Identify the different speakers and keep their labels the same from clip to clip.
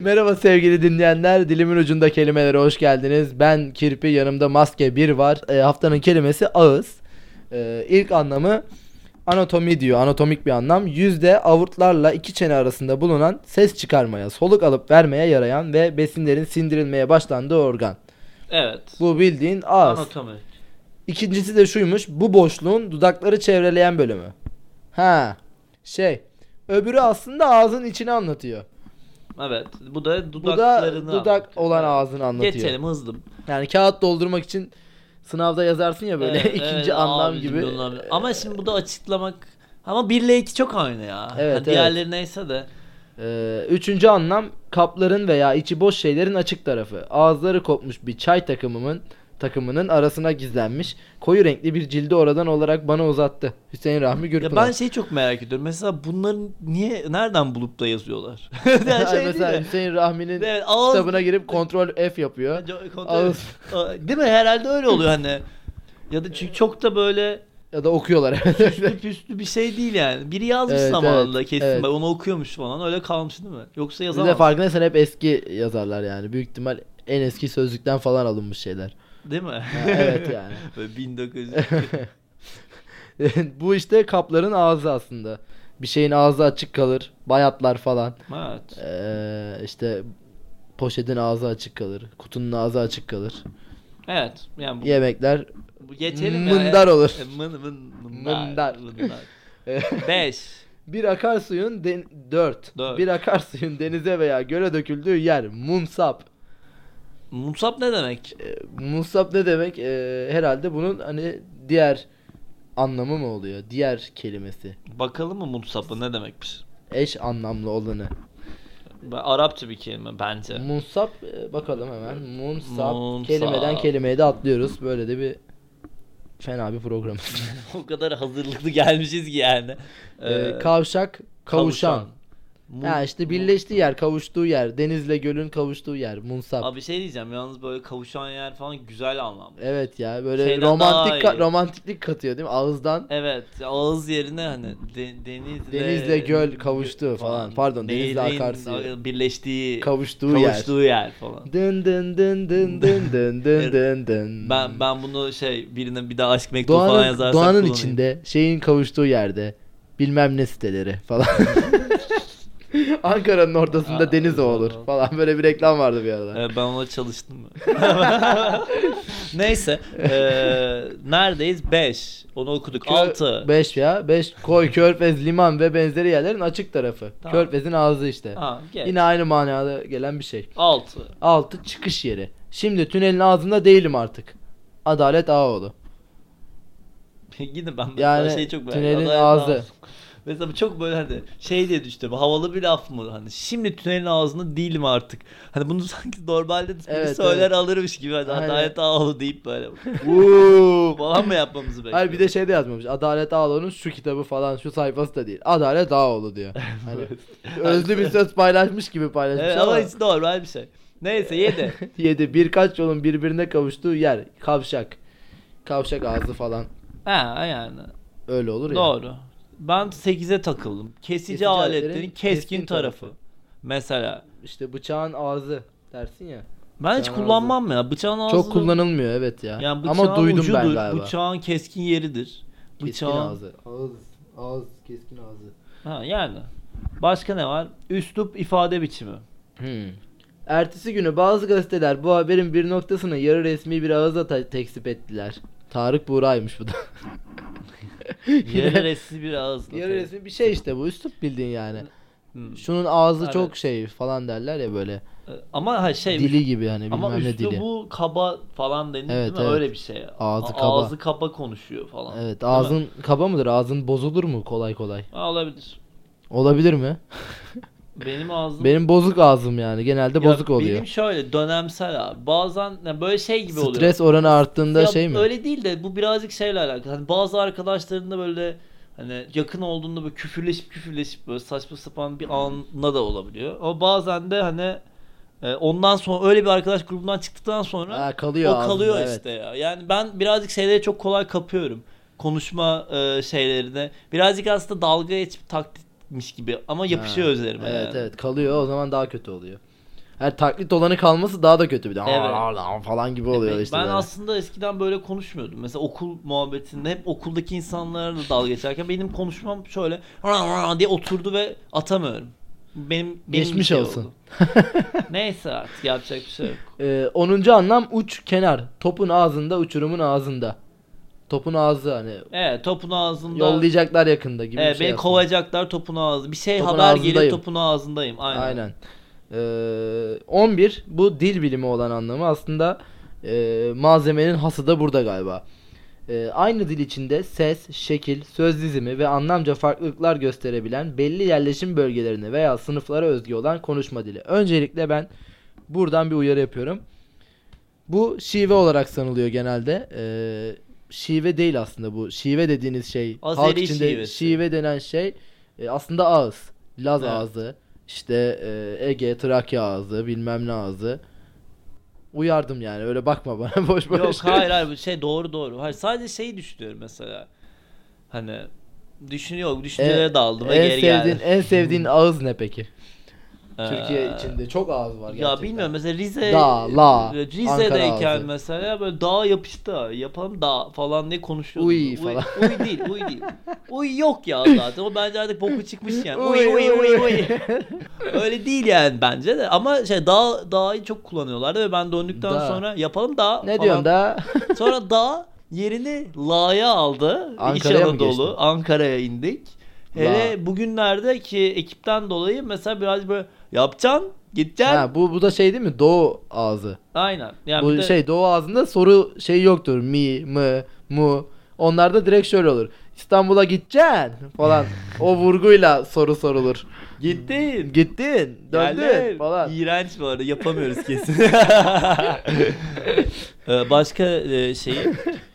Speaker 1: Merhaba sevgili dinleyenler. Dilimin ucunda kelimelere hoş geldiniz. Ben Kirpi, yanımda maske bir var. E, haftanın kelimesi ağız. E, ilk anlamı anatomi diyor. Anatomik bir anlam. Yüzde avurtlarla iki çene arasında bulunan ses çıkarmaya, soluk alıp vermeye yarayan ve besinlerin sindirilmeye başlandığı organ.
Speaker 2: Evet.
Speaker 1: Bu bildiğin ağız.
Speaker 2: Anatomi.
Speaker 1: İkincisi de şuymuş. Bu boşluğun dudakları çevreleyen bölümü. Ha. Şey. Öbürü aslında ağzın içini anlatıyor.
Speaker 2: Evet. Bu da
Speaker 1: Bu da
Speaker 2: dudaklarını
Speaker 1: dudak
Speaker 2: anlatıyor.
Speaker 1: olan
Speaker 2: Evet.
Speaker 1: ağzını anlatıyor.
Speaker 2: Geçelim hızlı.
Speaker 1: Yani kağıt doldurmak için sınavda yazarsın ya böyle
Speaker 2: Evet,
Speaker 1: ikinci
Speaker 2: evet,
Speaker 1: anlam
Speaker 2: abi,
Speaker 1: gibi. Ee,
Speaker 2: cümle anlam- Ama şimdi bu da açıklamak ama 1 ile 2 çok aynı ya.
Speaker 1: Evet,
Speaker 2: Ha, Diğerleri neyse de.
Speaker 1: Ee, üçüncü anlam kapların veya içi boş şeylerin açık tarafı. Ağızları kopmuş bir çay takımımın takımının arasına gizlenmiş koyu renkli bir cildi oradan olarak bana uzattı. Hüseyin Rahmi
Speaker 2: Ya
Speaker 1: Gürpınar.
Speaker 2: ben şeyi çok merak ediyorum. Mesela bunların niye nereden bulup da yazıyorlar? yani şey değil
Speaker 1: Mesela
Speaker 2: de.
Speaker 1: Hüseyin Rahmi'nin
Speaker 2: Evet, ağız-
Speaker 1: kitabına girip kontrol F yapıyor.
Speaker 2: Co- kontrol-
Speaker 1: Ağız.
Speaker 2: A- Değil mi? Herhalde öyle oluyor hani. Ya da çünkü çok da böyle
Speaker 1: Ya da okuyorlar.
Speaker 2: püslü püslü bir şey değil yani. Biri yazmış
Speaker 1: Evet,
Speaker 2: zamanında
Speaker 1: evet,
Speaker 2: kesin.
Speaker 1: evet.
Speaker 2: Ben onu okuyormuş falan. Öyle kalmış değil mi? Yoksa
Speaker 1: Bir de
Speaker 2: yazamaz.
Speaker 1: farkındaysan hep eski yazarlar yani. Büyük ihtimal en eski sözlükten falan alınmış şeyler.
Speaker 2: Değil mi?
Speaker 1: evet yani.
Speaker 2: Böyle 1900.
Speaker 1: Bu işte kapların ağzı aslında. Bir şeyin ağzı açık kalır. Bayatlar falan.
Speaker 2: evet.
Speaker 1: Ee, işte poşetin ağzı açık kalır. Kutunun ağzı açık kalır.
Speaker 2: Evet. Yani bu,
Speaker 1: Yemekler
Speaker 2: bu geçelim
Speaker 1: mındar
Speaker 2: ya.
Speaker 1: olur.
Speaker 2: E, Mın, mın,
Speaker 1: Mındar.
Speaker 2: mındar. Mındar. Beş.
Speaker 1: bir akarsuyun den 4.
Speaker 2: Dört.
Speaker 1: Bir akarsuyun denize veya göle döküldüğü yer mumsap.
Speaker 2: Musab ne demek?
Speaker 1: Ee, mumsap ne demek? Ee, herhalde bunun hani diğer anlamı mı oluyor? Diğer kelimesi.
Speaker 2: Bakalım mı Musab'ı ne demekmiş?
Speaker 1: Eş anlamlı olanı.
Speaker 2: Ben- Arapça bir kelime bence.
Speaker 1: Munsap e, bakalım hemen. Munsap,
Speaker 2: Munsap.
Speaker 1: kelimeden kelimeye de atlıyoruz. Böyle de bir fena bir program.
Speaker 2: o kadar hazırlıklı gelmişiz ki yani.
Speaker 1: Ee, kavşak, kavuşan.
Speaker 2: Mun-
Speaker 1: Ha işte
Speaker 2: mun-
Speaker 1: birleştiği yer, kavuştuğu yer. Denizle gölün kavuştuğu yer. Munsap.
Speaker 2: Abi şey diyeceğim yalnız böyle kavuşan yer falan güzel anlamlı.
Speaker 1: Evet ya böyle
Speaker 2: Şeyden
Speaker 1: romantik
Speaker 2: daha iyi.
Speaker 1: ka- romantiklik katıyor değil mi? Ağızdan
Speaker 2: Evet ağız yerine hani de- denizle...
Speaker 1: Denizle göl kavuştu falan. Pardon, denizle
Speaker 2: Nehrin
Speaker 1: akarsu.
Speaker 2: Birleştiği...
Speaker 1: kavuştuğu, yer.
Speaker 2: Kavuştuğu yer falan.
Speaker 1: Dın dın dın dın dın dın dın dın dın.
Speaker 2: Ben ben bunu şey birine bir daha aşk mektubu falan
Speaker 1: Hmm. Doğanın,
Speaker 2: yazarsam
Speaker 1: doğanın
Speaker 2: kullanayım.
Speaker 1: içinde şeyin kavuştuğu yerde bilmem ne siteleri falan. Ankara'nın ortasında
Speaker 2: Aa,
Speaker 1: deniz o
Speaker 2: doğru.
Speaker 1: olur falan böyle bir reklam vardı bir arada.
Speaker 2: Ee, ben ona çalıştım. Neyse. ee, neredeyiz? 5. Onu okuduk. 6.
Speaker 1: 5 ya 5 koy körfez liman ve benzeri yerlerin açık tarafı.
Speaker 2: Tamam.
Speaker 1: Körfezin ağzı işte.
Speaker 2: Ha,
Speaker 1: Yine aynı manada gelen bir şey.
Speaker 2: 6.
Speaker 1: 6 çıkış yeri. Şimdi tünelin ağzında değilim artık. Adalet Ağaoğlu.
Speaker 2: Yine ben mesela
Speaker 1: Yani
Speaker 2: şeyi çok merak
Speaker 1: tünelin
Speaker 2: Adalet
Speaker 1: ağzı.
Speaker 2: Mesela bu çok böyle hani şey diye düştüm. Havalı bir laf mı? Hani şimdi tünelin ağzında değilim artık. Hani bunu sanki normalde biri
Speaker 1: Evet,
Speaker 2: söyler
Speaker 1: evet.
Speaker 2: alırmış gibi. Hani
Speaker 1: Aynen.
Speaker 2: Adalet Ağaoğlu deyip böyle
Speaker 1: Uuu.
Speaker 2: falan mı yapmamızı bekliyor?
Speaker 1: Hayır bir de şey de yazmamış. Adalet Ağaoğlu'nun şu kitabı falan şu sayfası da değil. Adalet Ağaoğlu diyor. Hani özlü bir söz paylaşmış gibi paylaşmış
Speaker 2: Evet,
Speaker 1: ama
Speaker 2: ama hiç normal bir şey. Neyse 7.
Speaker 1: 7 birkaç yolun birbirine kavuştuğu yer kavşak. Kavşak ağzı falan
Speaker 2: ha yani.
Speaker 1: öyle olur ya.
Speaker 2: Doğru. Ben 8'e takıldım. Kesici,
Speaker 1: Kesici
Speaker 2: aletlerin
Speaker 1: aletlerin
Speaker 2: keskin,
Speaker 1: keskin
Speaker 2: tarafı.
Speaker 1: tarafı.
Speaker 2: Mesela.
Speaker 1: İşte bıçağın ağzı dersin ya.
Speaker 2: Ben hiç
Speaker 1: Bıçağın ağzı.
Speaker 2: kullanmam ya. Bıçağın ağzı.
Speaker 1: Çok kullanılmıyor evet ya.
Speaker 2: Yani bıçağın
Speaker 1: ama duydum
Speaker 2: ucudur.
Speaker 1: ben galiba.
Speaker 2: Bıçağın keskin yeridir. Bıçağın.
Speaker 1: Keskin ağzı. Ağız, ağız, keskin ağzı.
Speaker 2: Ha yani. Başka ne var? Üslup ifade biçimi.
Speaker 1: Hmm. Ertesi günü bazı gazeteler bu haberin bir noktasını yarı resmi bir ağızla ta- tekzip ettiler. Tarık Buğra'ymış bu da.
Speaker 2: Yarı resmi bir ağızla.
Speaker 1: Yarı resmi bir şey işte bu üslup bildiğin yani.
Speaker 2: Hmm.
Speaker 1: Şunun ağzı
Speaker 2: Evet.
Speaker 1: çok şey falan derler ya böyle.
Speaker 2: Ama ha şey
Speaker 1: dili gibi hani bilmem
Speaker 2: ama
Speaker 1: ne dili.
Speaker 2: üslubu kaba falan
Speaker 1: Evet,
Speaker 2: denir değil mi?
Speaker 1: evet.
Speaker 2: Öyle bir şey.
Speaker 1: Ağzı
Speaker 2: A-
Speaker 1: kaba.
Speaker 2: Ağzı kaba konuşuyor falan.
Speaker 1: Evet
Speaker 2: Değil mi?
Speaker 1: ağzın kaba mıdır? Ağzın bozulur mu kolay kolay?
Speaker 2: Ha, olabilir.
Speaker 1: Olabilir mi?
Speaker 2: Benim ağzım
Speaker 1: Benim bozuk ağzım yani genelde
Speaker 2: Ya
Speaker 1: bozuk oluyor.
Speaker 2: Benim şöyle dönemsel abi. Bazen ya böyle şey gibi oluyor.
Speaker 1: Stres oranı arttığında
Speaker 2: Ya
Speaker 1: şey mi?
Speaker 2: Öyle değil de bu birazcık şeyle alakalı. Hani bazı arkadaşlarında böyle hani yakın olduğunda böyle küfürleşip küfürleşip böyle saçma sapan
Speaker 1: Hmm.
Speaker 2: bir anına da olabiliyor. Ama bazen de hani e, ondan sonra öyle bir arkadaş grubundan çıktıktan sonra
Speaker 1: Ha, kalıyor
Speaker 2: o kalıyor
Speaker 1: ağzında, evet.
Speaker 2: işte ya. Yani ben birazcık şeyleri çok kolay kapıyorum. Konuşma e, şeylerine. Birazcık aslında dalga geçip taklitmiş gibi ama yapışıyor
Speaker 1: Ha,
Speaker 2: üzerime
Speaker 1: Evet
Speaker 2: yani.
Speaker 1: evet kalıyor o zaman daha kötü oluyor. Her taklit olanı kalması daha da kötü bir de.
Speaker 2: Evet.
Speaker 1: "Aa" falan gibi oluyor
Speaker 2: Ben-
Speaker 1: işte.
Speaker 2: ben
Speaker 1: böyle.
Speaker 2: aslında eskiden böyle konuşmuyordum. Mesela okul muhabbetinde hep okuldaki insanlarla dalga geçerken benim konuşmam şöyle "Ra ra" diye oturdu ve atamıyorum. Benim, benim bir
Speaker 1: Geçmiş
Speaker 2: şey
Speaker 1: olsun.
Speaker 2: oldu. Neyse artık yapacak bir şey yok.
Speaker 1: Ee, 10. anlam uç kenar. Topun ağzında, uçurumun ağzında. Topun ağzı hani
Speaker 2: Evet topun ağzında.
Speaker 1: yollayacaklar yakında gibi
Speaker 2: Evet,
Speaker 1: bir şey.
Speaker 2: beni
Speaker 1: aslında.
Speaker 2: kovacaklar topun ağzı. Bir şey
Speaker 1: Topun
Speaker 2: haber
Speaker 1: ağzındayım.
Speaker 2: gelir topun ağzındayım. Aynen.
Speaker 1: Aynen. Ee, 11 bu dil bilimi olan anlamı aslında e, malzemenin hası da burada galiba. Ee, aynı dil içinde ses, şekil, söz dizimi ve anlamca farklılıklar gösterebilen belli yerleşim bölgelerine veya sınıflara özgü olan konuşma dili. Öncelikle ben buradan bir uyarı yapıyorum. Bu şive olarak sanılıyor genelde. Ee, şive değil aslında bu. Şive dediğiniz şey
Speaker 2: Azeri
Speaker 1: halk içinde
Speaker 2: şivesi.
Speaker 1: şive denen şey e, aslında ağız. Laz
Speaker 2: Evet.
Speaker 1: ağzı, işte e, Ege, Trakya ağzı, bilmem ne ağzı. Uyardım yani. Öyle bakma bana boş E, boş.
Speaker 2: Yok hayır hayır bu şey doğru doğru. Hayır sadece şeyi düşünüyorum mesela. Hani düşünüyor, düşüncelere
Speaker 1: En-
Speaker 2: daldım ve
Speaker 1: E, en
Speaker 2: geri
Speaker 1: sevdiğin,
Speaker 2: geldim.
Speaker 1: En sevdiğin ağız ne peki?
Speaker 2: Ee,
Speaker 1: Türkiye içinde çok ağız var gerçekten.
Speaker 2: Ya bilmiyorum mesela Rize
Speaker 1: Dağ, la, Ankara
Speaker 2: Rize'deyken
Speaker 1: ağzı.
Speaker 2: mesela böyle dağ yapıştı yapalım dağ falan diye konuşuyorduk.
Speaker 1: Uy falan.
Speaker 2: Uy değil, uy değil. Uy yok ya zaten. O bence artık boku çıkmış yani. Uy uy uy uy. Öyle değil yani bence de ama şey dağ dağı çok kullanıyorlardı ve ben döndükten
Speaker 1: Dağ.
Speaker 2: sonra yapalım dağ
Speaker 1: ne
Speaker 2: falan.
Speaker 1: diyorsun da?
Speaker 2: Sonra dağ yerini La'ya aldı.
Speaker 1: Ankara'ya
Speaker 2: İç
Speaker 1: mı
Speaker 2: Anadolu.
Speaker 1: geçtin?
Speaker 2: Ankara'ya indik. Hele bugünlerde ki ekipten dolayı mesela biraz böyle yapacaksın, gideceksin.
Speaker 1: ha, bu bu da şey değil mi? Doğu ağzı.
Speaker 2: Aynen. Yani
Speaker 1: bu
Speaker 2: bir de-
Speaker 1: şey doğu ağzında soru şey yoktur. Mi, mı, mu. Onlarda direkt şöyle olur. İstanbul'a gideceksin falan. o vurguyla soru sorulur.
Speaker 2: Gittin.
Speaker 1: Gittin, döndün
Speaker 2: Geldim.
Speaker 1: falan.
Speaker 2: İğrenç bu arada yapamıyoruz kesin. Ee, Başka e, şey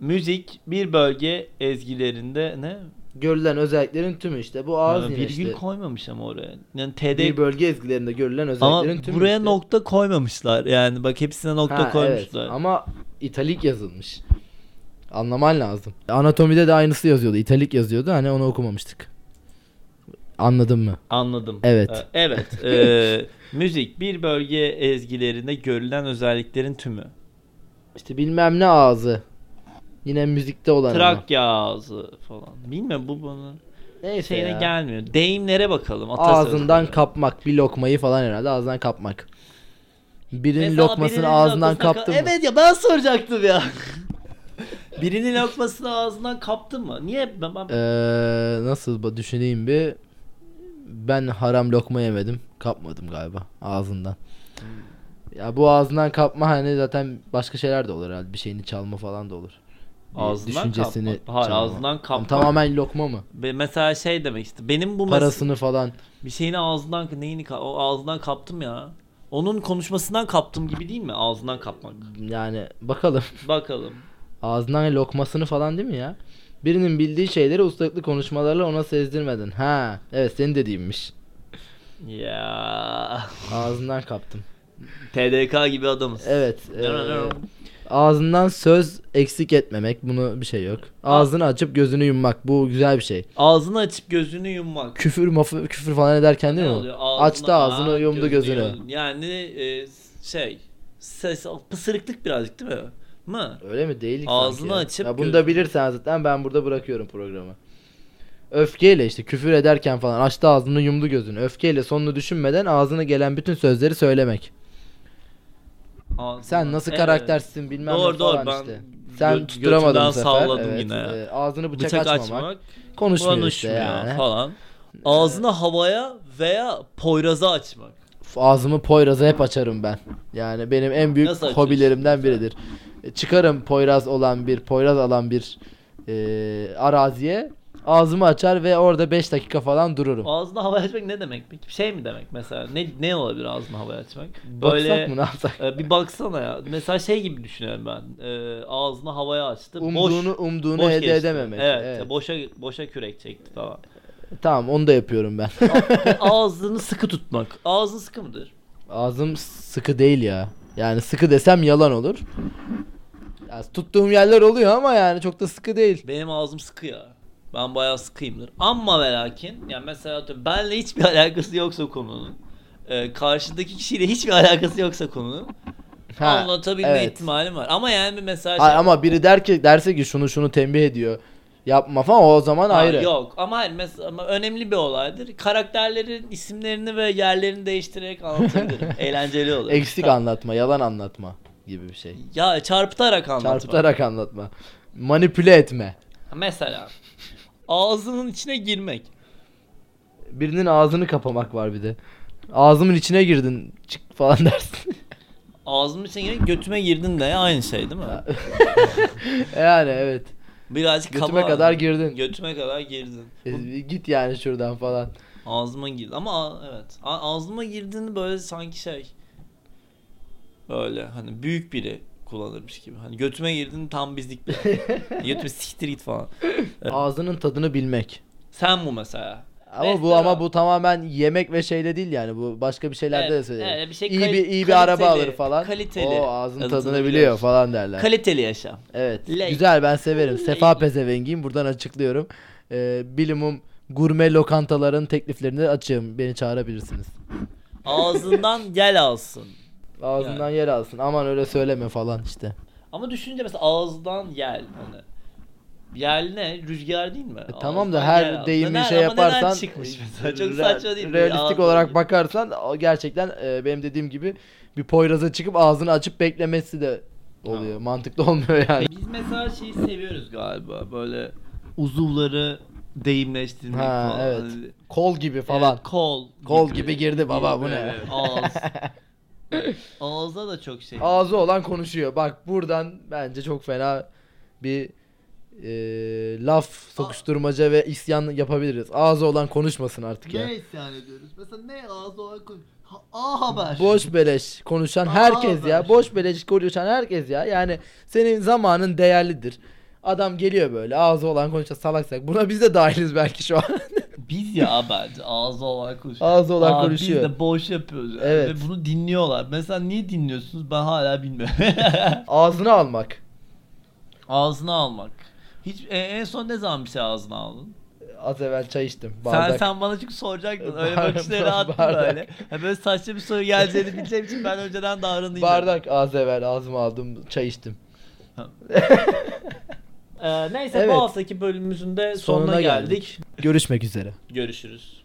Speaker 2: müzik bir bölge ezgilerinde ne?
Speaker 1: Görülen özelliklerin tümü işte. Bu ağız
Speaker 2: Ha,
Speaker 1: yine
Speaker 2: virgül
Speaker 1: işte.
Speaker 2: koymamış ama oraya. Yani TD
Speaker 1: Bir bölge ezgilerinde görülen
Speaker 2: ama
Speaker 1: özelliklerin tümü
Speaker 2: buraya
Speaker 1: işte.
Speaker 2: nokta koymamışlar. Yani bak hepsine nokta
Speaker 1: Ha,
Speaker 2: koymuşlar.
Speaker 1: evet. Ama italik yazılmış. Anlaman lazım. Anatomide de aynısı yazıyordu. İtalik yazıyordu. Hani onu okumamıştık. Anladın mı?
Speaker 2: Anladım.
Speaker 1: Evet.
Speaker 2: Ee, Evet. Ee, müzik bir bölge ezgilerinde görülen özelliklerin tümü.
Speaker 1: İşte bilmem ne ağzı. Yine müzikte olan ama.
Speaker 2: Trakya ağzı falan. Bilmem bu bana
Speaker 1: Neyse
Speaker 2: şeyine
Speaker 1: ya.
Speaker 2: gelmiyor. Deyimlere bakalım. atasözlere.
Speaker 1: Ağzından kapmak. Bir lokmayı falan herhalde ağzından kapmak. Birinin
Speaker 2: Mesela
Speaker 1: lokmasını
Speaker 2: birinin
Speaker 1: ağzından
Speaker 2: lokmasına
Speaker 1: kaptın
Speaker 2: ka-
Speaker 1: mı?
Speaker 2: Evet ya ben soracaktım ya. birinin lokmasını ağzından kaptın mı? Niye? Ben, ben-
Speaker 1: Ee, nasıl ba- düşüneyim bir. Ben haram lokma yemedim. Kapmadım galiba ağzından. Ya bu ağzından kapma hani zaten başka şeyler de olur herhalde. Bir şeyini çalma falan da olur. Bir
Speaker 2: Ağzından kapma. Hayır,
Speaker 1: çalma.
Speaker 2: ağzından kapma.
Speaker 1: Tamamen lokma mı?
Speaker 2: Be- mesela şey demek istedim. Benim bu mes-
Speaker 1: Parasını falan.
Speaker 2: bir şeyini ağzından neyini ka- o ağzından kaptım ya. Onun konuşmasından kaptım gibi değil mi? Ağzından kapmak.
Speaker 1: Yani bakalım.
Speaker 2: Bakalım.
Speaker 1: Ağzından hani lokmasını falan değil mi ya? Birinin bildiği şeyleri ustalıklı konuşmalarla ona sezdirmedin. Ha, evet senin dediğinmiş.
Speaker 2: Ya.
Speaker 1: Ağzından kaptım.
Speaker 2: TDK gibi adamız.
Speaker 1: Evet. e, ağzından söz eksik etmemek. Bunu bir şey yok. Ağzını
Speaker 2: Ah.
Speaker 1: açıp gözünü yummak. Bu güzel bir şey.
Speaker 2: Ağzını açıp gözünü yummak.
Speaker 1: Küfür mafı, küfür falan ederken değil
Speaker 2: Ne
Speaker 1: mi?
Speaker 2: oluyor?
Speaker 1: Açtı ağzını
Speaker 2: Aa,
Speaker 1: yumdu gözünü.
Speaker 2: yumdu. Yani e, şey ses pısırıklık birazcık değil mi? Mı?
Speaker 1: Öyle mi? Değil
Speaker 2: Ağzını
Speaker 1: sanki.
Speaker 2: açıp
Speaker 1: ya bunu da
Speaker 2: gözünü-
Speaker 1: bilirsen zaten ben burada bırakıyorum programı. Öfkeyle işte küfür ederken falan açtı ağzını yumdu gözünü. Öfkeyle sonunu düşünmeden ağzına gelen bütün sözleri söylemek.
Speaker 2: Ağzını-
Speaker 1: Sen nasıl
Speaker 2: Evet.
Speaker 1: karaktersin bilmem
Speaker 2: Doğru,
Speaker 1: ne
Speaker 2: doğru.
Speaker 1: falan
Speaker 2: Ben
Speaker 1: işte.
Speaker 2: gö-
Speaker 1: Sen
Speaker 2: götümden
Speaker 1: tutturamadın bu sefer.
Speaker 2: salladım
Speaker 1: Evet,
Speaker 2: yine ya.
Speaker 1: e, ağzını bıçak,
Speaker 2: Bıçak,
Speaker 1: açmamak.
Speaker 2: açmak.
Speaker 1: Konuşmuyor,
Speaker 2: Konuşmuyor
Speaker 1: işte yani.
Speaker 2: falan. Ağzını havaya veya poyraza açmak.
Speaker 1: F- Ağzımı Poyraz'a hep açarım ben. Yani benim en büyük
Speaker 2: Nasıl açıyorsun
Speaker 1: hobilerimden
Speaker 2: mesela?
Speaker 1: biridir. E, Çıkarım Poyraz olan bir, Poyraz alan bir e, araziye. Ağzımı açar ve orada 5 dakika falan dururum.
Speaker 2: Ağzını havaya açmak ne demek peki? Şey mi demek mesela? Ne ne olabilir ağzını havaya açmak?
Speaker 1: Baksak
Speaker 2: Böyle
Speaker 1: mı ne yapsak?
Speaker 2: e, bir baksana ya. Mesela şey gibi düşünüyorum ben. E, ağzını havaya açtı.
Speaker 1: Umduğunu
Speaker 2: boş,
Speaker 1: umduğunu
Speaker 2: boş
Speaker 1: elde
Speaker 2: geçti.
Speaker 1: edememek.
Speaker 2: Evet,
Speaker 1: Evet.
Speaker 2: Boşa boşa kürek çekti falan.
Speaker 1: Tamam onu da yapıyorum ben.
Speaker 2: Ve ağzını sıkı tutmak. Ağzın sıkı mıdır?
Speaker 1: Ağzım sıkı değil ya. Yani sıkı desem yalan olur. Ya tuttuğum yerler oluyor ama yani çok da sıkı değil.
Speaker 2: Benim ağzım sıkı ya. Ben bayağı sıkıyımdır. Ama ve lakin yani mesela atıyorum benle hiçbir alakası yoksa konunun. e, karşıdaki kişiyle hiçbir alakası yoksa konunun
Speaker 1: Ha,
Speaker 2: anlatabilme
Speaker 1: evet.
Speaker 2: ihtimali var. Ama yani bir mesaj
Speaker 1: Hayır, ama biri der ki derse ki şunu şunu tembih ediyor. Yapma falan o zaman
Speaker 2: Ha,
Speaker 1: ayrı.
Speaker 2: Yok ama hayır mes- ama önemli bir olaydır. Karakterlerin isimlerini ve yerlerini değiştirerek anlatabilirim. Eğlenceli olur.
Speaker 1: Eksik anlatma, yalan anlatma gibi bir şey.
Speaker 2: Ya çarpıtarak anlatmak.
Speaker 1: Çarpıtarak anlatma. Manipüle etme.
Speaker 2: Mesela ağzının içine girmek.
Speaker 1: Birinin ağzını kapamak var bir de. Ağzımın içine girdin çık falan dersin.
Speaker 2: Ağzımın içine girmek götüme girdin de aynı şey değil mi?
Speaker 1: yani evet.
Speaker 2: Birazcık
Speaker 1: Götüme
Speaker 2: kaba.
Speaker 1: kadar girdin.
Speaker 2: Götüme kadar girdin. Bu-
Speaker 1: E, Git yani şuradan falan.
Speaker 2: Ağzıma girdi ama a- evet. A- Ağzıma girdiğini böyle sanki şey böyle hani büyük biri kullanırmış gibi. Hani götüme girdin tam bizlik bir. götüme siktir git falan. Evet.
Speaker 1: Ağzının tadını bilmek.
Speaker 2: Sen bu mesela.
Speaker 1: Ama bu
Speaker 2: Restoran.
Speaker 1: ama bu tamamen yemek ve şeyle değil yani. Bu başka bir şeylerde
Speaker 2: Evet,
Speaker 1: de söylüyor.
Speaker 2: evet, bir şey
Speaker 1: iyi
Speaker 2: kal-
Speaker 1: bir iyi
Speaker 2: kaliteli,
Speaker 1: bir araba alır falan.
Speaker 2: kaliteli.
Speaker 1: O ağzının
Speaker 2: Adını
Speaker 1: tadını biliyor
Speaker 2: biliyoruz.
Speaker 1: falan derler.
Speaker 2: Kaliteli yaşam.
Speaker 1: Evet.
Speaker 2: Lake.
Speaker 1: Güzel ben severim.
Speaker 2: Lake.
Speaker 1: Sefa pezevengiyim. Buradan açıklıyorum. Ee, bilimum gurme lokantaların tekliflerini de açığım. Beni çağırabilirsiniz.
Speaker 2: Ağzından gel alsın.
Speaker 1: Ağzından
Speaker 2: Yani.
Speaker 1: yer alsın. Aman öyle söyleme falan işte.
Speaker 2: Ama düşününce mesela ağızdan yel hani. Yel ne? Rüzgar değil mi?
Speaker 1: E, tamam da
Speaker 2: Ağızdan
Speaker 1: her
Speaker 2: yel al.
Speaker 1: deyimi
Speaker 2: Neden-
Speaker 1: şey
Speaker 2: ama neden
Speaker 1: yaparsan
Speaker 2: çıkmış mesela? Çok
Speaker 1: re-
Speaker 2: saçma değil mi?
Speaker 1: Realistik
Speaker 2: Ağızdan
Speaker 1: olarak
Speaker 2: gel.
Speaker 1: bakarsan o gerçekten e, benim dediğim gibi bir Poyraz'a çıkıp ağzını açıp beklemesi de oluyor.
Speaker 2: Tamam.
Speaker 1: Mantıklı olmuyor yani.
Speaker 2: Biz mesela şeyi seviyoruz galiba böyle uzuvları deyimleştirmek
Speaker 1: Ha
Speaker 2: falan.
Speaker 1: evet.
Speaker 2: Hani-
Speaker 1: Kol gibi falan.
Speaker 2: Evet, kol.
Speaker 1: Kol gibi girdi baba, bu ne?
Speaker 2: Evet, Ağız. Ağızda da çok şey.
Speaker 1: Ağzı olan konuşuyor. Bak buradan bence çok fena bir e, laf sokuşturmaca ve isyan yapabiliriz. Ağzı olan konuşmasın artık ya.
Speaker 2: yani diyoruz. Mesela ne ağızda olan konu? Ha- A haber.
Speaker 1: Boş beleş konuşan
Speaker 2: Aa,
Speaker 1: herkes ya.
Speaker 2: ben-
Speaker 1: Boş beleş konuşan herkes ya. Yani senin zamanın değerlidir. Adam geliyor böyle ağzı olan konuşan salak salak. Buna biz de dahiliz belki şu an.
Speaker 2: Biz ya bence ağızda olan konuşuyor.
Speaker 1: Ağzı olan
Speaker 2: Aa,
Speaker 1: konuşuyor.
Speaker 2: Biz de boş yapıyoruz. yani
Speaker 1: Evet.
Speaker 2: Ve bunu dinliyorlar. Mesela niye dinliyorsunuz ben hala bilmiyorum.
Speaker 1: Ağzını almak.
Speaker 2: Ağzına almak. Hiç e, en son ne zaman bir şey ağzına aldın?
Speaker 1: Az evvel çay içtim.
Speaker 2: Sen
Speaker 1: Bardak.
Speaker 2: sen bana çünkü soracaktın. Öyle
Speaker 1: Bardak,
Speaker 2: bakışları attın
Speaker 1: bardak.
Speaker 2: böyle. Ha, böyle saçma bir soru geleceğini bileceğim için ben önceden davranayım.
Speaker 1: Bardak az evvel ağzıma aldım çay içtim.
Speaker 2: neyse
Speaker 1: Evet.
Speaker 2: Ee, haftaki bölümümüzün de
Speaker 1: Sonuna geldik. Görüşmek üzere.
Speaker 2: Görüşürüz.